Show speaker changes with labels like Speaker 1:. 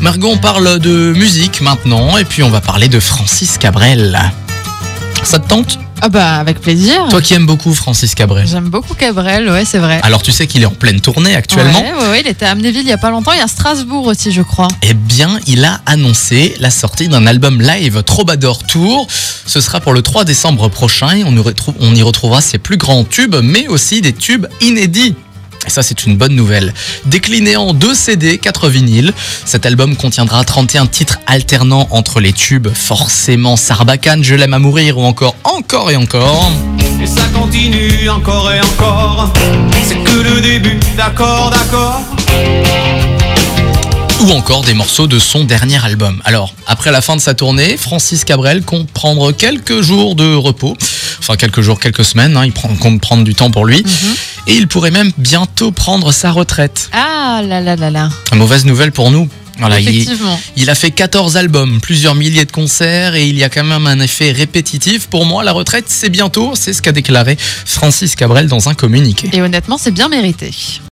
Speaker 1: Margot, on parle de musique maintenant et puis on va parler de Francis Cabrel. Ça te tente
Speaker 2: Ah bah avec plaisir.
Speaker 1: Toi qui aimes beaucoup Francis Cabrel.
Speaker 2: J'aime beaucoup Cabrel, ouais c'est vrai.
Speaker 1: Alors tu sais qu'il est en pleine tournée actuellement.
Speaker 2: Ouais, ouais, ouais, il était à Amnéville il y a pas longtemps, il y a Strasbourg aussi je crois.
Speaker 1: Eh bien, il a annoncé la sortie d'un album live Troubadour Tour. Ce sera pour le 3 décembre prochain et on, nous retrouve- on y retrouvera ses plus grands tubes, mais aussi des tubes inédits. Et ça, c'est une bonne nouvelle. Décliné en deux CD, 4 vinyles, cet album contiendra 31 titres alternant entre les tubes Forcément Sarbacane, Je l'aime à mourir ou encore Encore et encore.
Speaker 3: Et ça continue encore et encore. C'est que le début, d'accord, d'accord.
Speaker 1: ou encore des morceaux de son dernier album. Alors, après la fin de sa tournée, Francis Cabrel compte prendre quelques jours de repos, enfin quelques jours, quelques semaines, hein, il prend- compte prendre du temps pour lui, et il pourrait même bientôt prendre sa retraite.
Speaker 2: Ah là là là là.
Speaker 1: Mauvaise nouvelle pour nous. Voilà, Ah il,
Speaker 2: Effectivement.
Speaker 1: il a fait 14 albums, plusieurs milliers de concerts et il y a quand même un effet répétitif. Pour moi, la retraite, c'est bientôt, c'est ce qu'a déclaré Francis Cabrel dans un communiqué.
Speaker 2: Et honnêtement c'est bien mérité.